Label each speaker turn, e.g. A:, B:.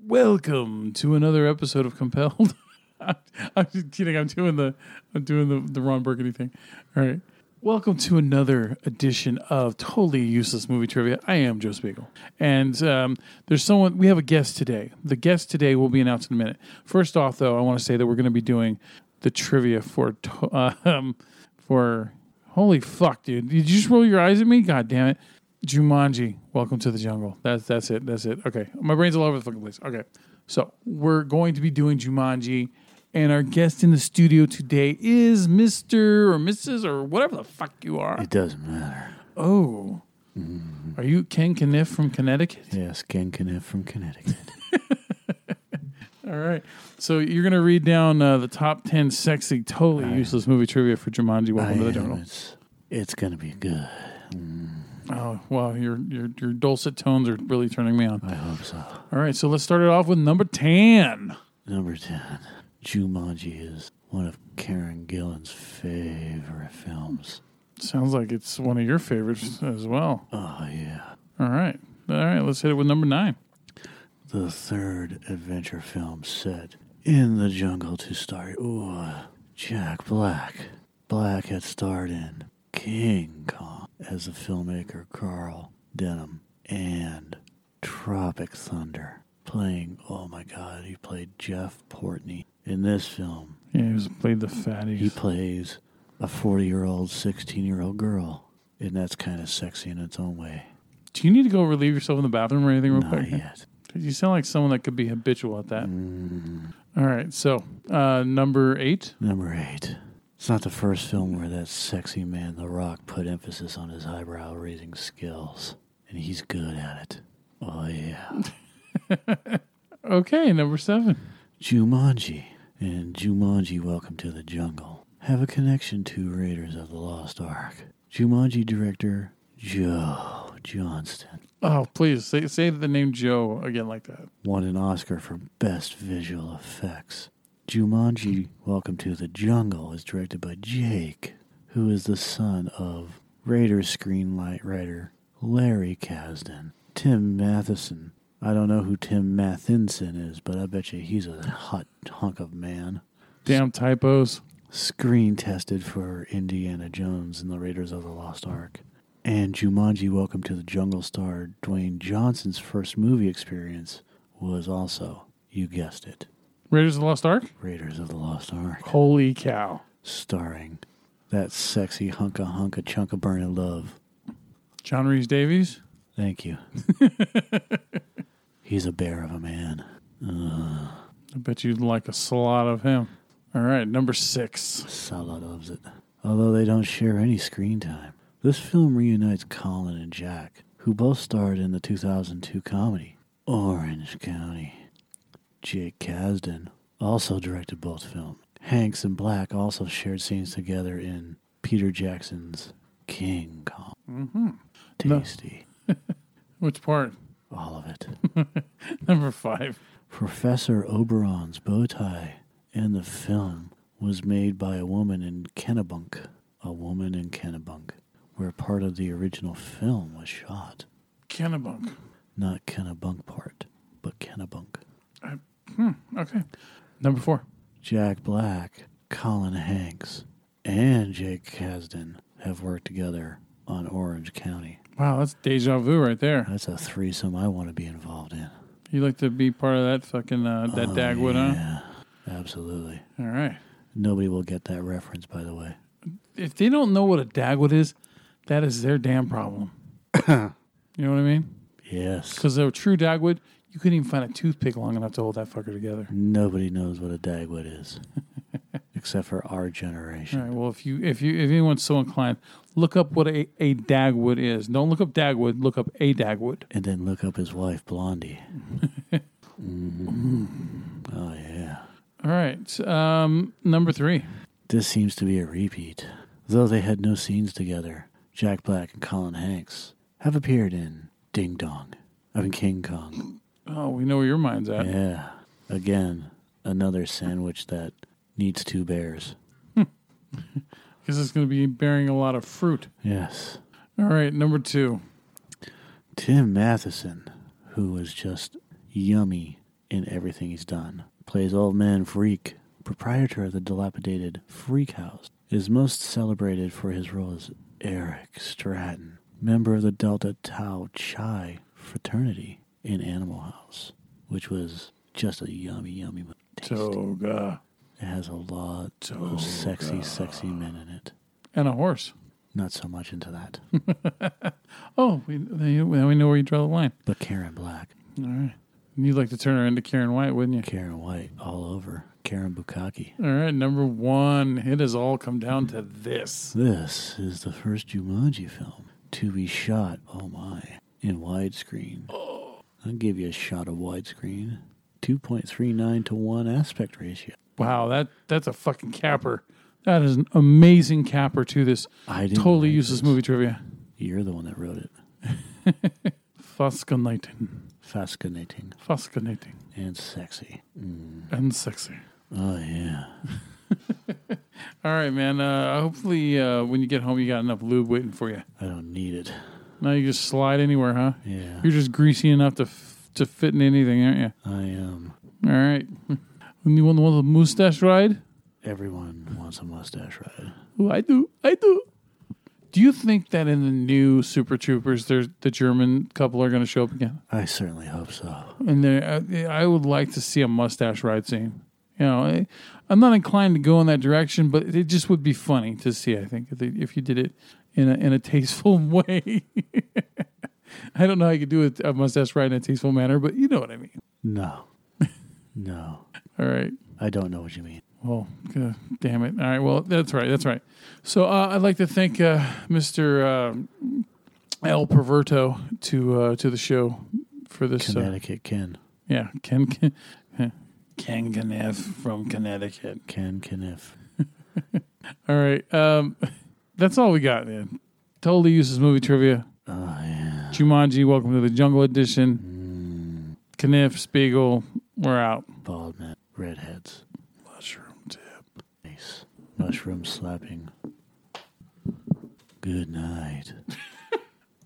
A: Welcome to another episode of Compelled. I'm I'm just kidding. I'm doing the I'm doing the, the Ron Burgundy thing. All right. Welcome to another edition of Totally Useless Movie Trivia. I am Joe Spiegel, and um, there's someone. We have a guest today. The guest today will be announced in a minute. First off, though, I want to say that we're going to be doing the trivia for to- uh, um, for holy fuck, dude! Did you just roll your eyes at me? God damn it! Jumanji, Welcome to the Jungle. That's that's it. That's it. Okay, my brain's all over the fucking place. Okay, so we're going to be doing Jumanji, and our guest in the studio today is Mister or Mrs. or whatever the fuck you are.
B: It Mm-hmm. doesn't matter.
A: Oh, are you Ken Kniff from Connecticut?
B: Yes, Ken Kniff from Connecticut.
A: All right, so you're gonna read down uh, the top ten sexy, totally useless movie trivia for Jumanji: Welcome to the
B: I am.
A: Jungle.
B: It's, it's gonna be good. Mm,
A: Oh wow, your your your dulcet tones are really turning me on.
B: I hope so.
A: All right, so let's start it off with number ten.
B: Number ten, Jumanji is one of Karen Gillan's favorite films.
A: Sounds like it's one of your favorites as well.
B: Oh yeah,
A: All right. All right. Let's hit it with number nine.
B: the third adventure film set in the jungle to start. Ooh, Jack Black. Black had starred in King Kong as the filmmaker Carl Denham and Tropic Thunder, playing. Oh my God, he played Jeff Portney in this film.
A: Yeah, he was played the
B: He
A: fatties.
B: plays a forty-year-old, sixteen-year-old girl, and that's kind of sexy in its own way.
A: Do you need to go relieve yourself in the bathroom or anything real
B: Not
A: quick?
B: yet.
A: 'Cause You sound like someone that could be habitual at that.
B: Mm.
A: All right. So, uh, number eight.
B: Number eight. It's not the first film where that sexy man, The Rock, put emphasis on his eyebrow raising skills, and he's good at it. Oh, yeah.
A: Okay. Number seven.
B: Jumanji and Jumanji Welcome to the Jungle have a connection to Raiders of the Lost Ark. Jumanji director Joe Johnston
A: Oh, please say, say the name Joe again like that.
B: won an Oscar for Best Visual Effects. Jumanji Welcome to the Jungle is directed by Jake, who is the son of Raiders screenlight writer Larry Kasdan. Tim Matheson. I don't know who Tim Matheson is, but I bet you he's a hot hunk of man.
A: Damn typos.
B: Screen tested for Indiana Jones and the Raiders of the Lost Ark. And Jumanji Welcome to the Jungle star Dwayne Johnson's first movie experience was also, you guessed it,
A: Raiders of the Lost Ark.
B: Raiders of the Lost Ark,
A: Holy cow.
B: starring that sexy hunka hunka chunka burning love.
A: John Reese Davies.
B: Thank you. He's a bear of a man.
A: I bet you'd like a slot of him. All right. Number six.
B: Sala loves it. Although they don't share any screen time, this film reunites Colin and Jack, who both starred in the 2002 comedy Orange County. Jake Kasdan also directed both films. Hanks and Black also shared scenes together in Peter Jackson's King Kong.
A: No.
B: Tasty.
A: Which part?
B: All of it.
A: Number five.
B: Professor Oberon's bow tie in the film was made by a woman in Kennebunk. A woman in Kennebunk, where part of the original film was shot.
A: Kennebunk.
B: Not Kennebunk part, but Kennebunk.
A: Okay. Number four.
B: Jack Black, Colin Hanks, and Jake Kasdan have worked together on Orange County.
A: Wow, that's deja vu right there.
B: That's a threesome I want to be involved in.
A: You like to be part of that fucking uh, that
B: Oh,
A: Dagwood, huh?
B: Yeah, absolutely.
A: All right.
B: Nobody will get that reference, by the way.
A: If they don't know what a Dagwood is, that is their damn problem. you know what I mean?
B: Yes.
A: Because a true Dagwood, you couldn't even find a toothpick long enough to hold that fucker together.
B: Nobody knows what a Dagwood is, except for our
A: All
B: generation.
A: right. Well, if you if you if anyone's so inclined, look up what a, a Dagwood is. Don't look up Dagwood. Look up a Dagwood.
B: And then look up his wife, Blondie. Mhm. Oh, yeah.
A: All right. Um, number three.
B: This seems to be a repeat. Though they had no scenes together, Jack Black and Colin Hanks have appeared in Ding Dong. I mean, King Kong.
A: Oh, we know where your mind's at.
B: Yeah. Again, another sandwich that needs two bears.
A: Because it's going to be bearing a lot of fruit.
B: Yes.
A: All right. Number two.
B: Tim Matheson, who was just yummy in everything he's done. Plays old man Freak, proprietor of the dilapidated Freak House. Is most celebrated for his role as Eric Stratton, member of the Delta Tau Chi fraternity in Animal House, which was just a yummy, yummy mo- taste.
A: Toga.
B: It has a lot
A: Toga.
B: of sexy, sexy men in it.
A: And a horse.
B: Not so much into that,
A: Oh, we, now we know where you draw the line.
B: but Karen Black,
A: All right. And you'd like to turn her into Karen White, wouldn't you?
B: Karen White, all over. Karen Bukaki.
A: All right, number one. It has all come down to this.
B: This is the first Jumanji film to be shot, oh my, in widescreen. I'll give you a shot of widescreen. 2.39 to 1 aspect ratio.
A: Wow, that that's a fucking capper. That is an amazing capper to this
B: I didn't
A: totally
B: like
A: useless
B: this.
A: movie trivia.
B: You're the one that wrote it.
A: Fascinating,
B: Fascinating
A: fascinating,
B: and sexy. Mm.
A: and sexy.
B: Oh, yeah.
A: All right, man. Uh, hopefully, uh, when you get home, you got enough lube waiting for you.
B: I don't need it.
A: Now you just slide anywhere, huh?
B: Yeah.
A: You're just greasy enough to f- to fit in anything, aren't you?
B: I am.
A: All right. And you want the one with the mustache ride?
B: Everyone wants a mustache ride.
A: Ooh, I do. I do. Do you think that in the new Super Troopers, there's the German couple are going to show up again?
B: I certainly hope so.
A: And there, I, I would like to see a mustache ride scene. You know, I, I'm not inclined to go in that direction, but it just would be funny to see. I think if, they, if you did it in a in a tasteful way. I don't know how you could do it, a mustache ride in a tasteful manner, but you know what I mean.
B: No. no.
A: All right.
B: I don't know what you mean.
A: Well, God Oh, damn it. All right. Well, that's right. That's right. So uh, I'd like to thank uh, Mr. um El Perverto to uh, to the show for this. Uh,
B: Connecticut Ken.
A: yeah, Ken Ken Ken Kniff from Connecticut.
B: Ken Kniff.
A: All right. Um, that's all we got, man. Totally useless movie trivia.
B: Oh, yeah.
A: Jumanji, welcome to the Jungle Edition. Kniff, Spiegel, we're out.
B: Bald man. Redheads.
A: Mushroom tip.
B: Nice. Mushroom slapping. Good night.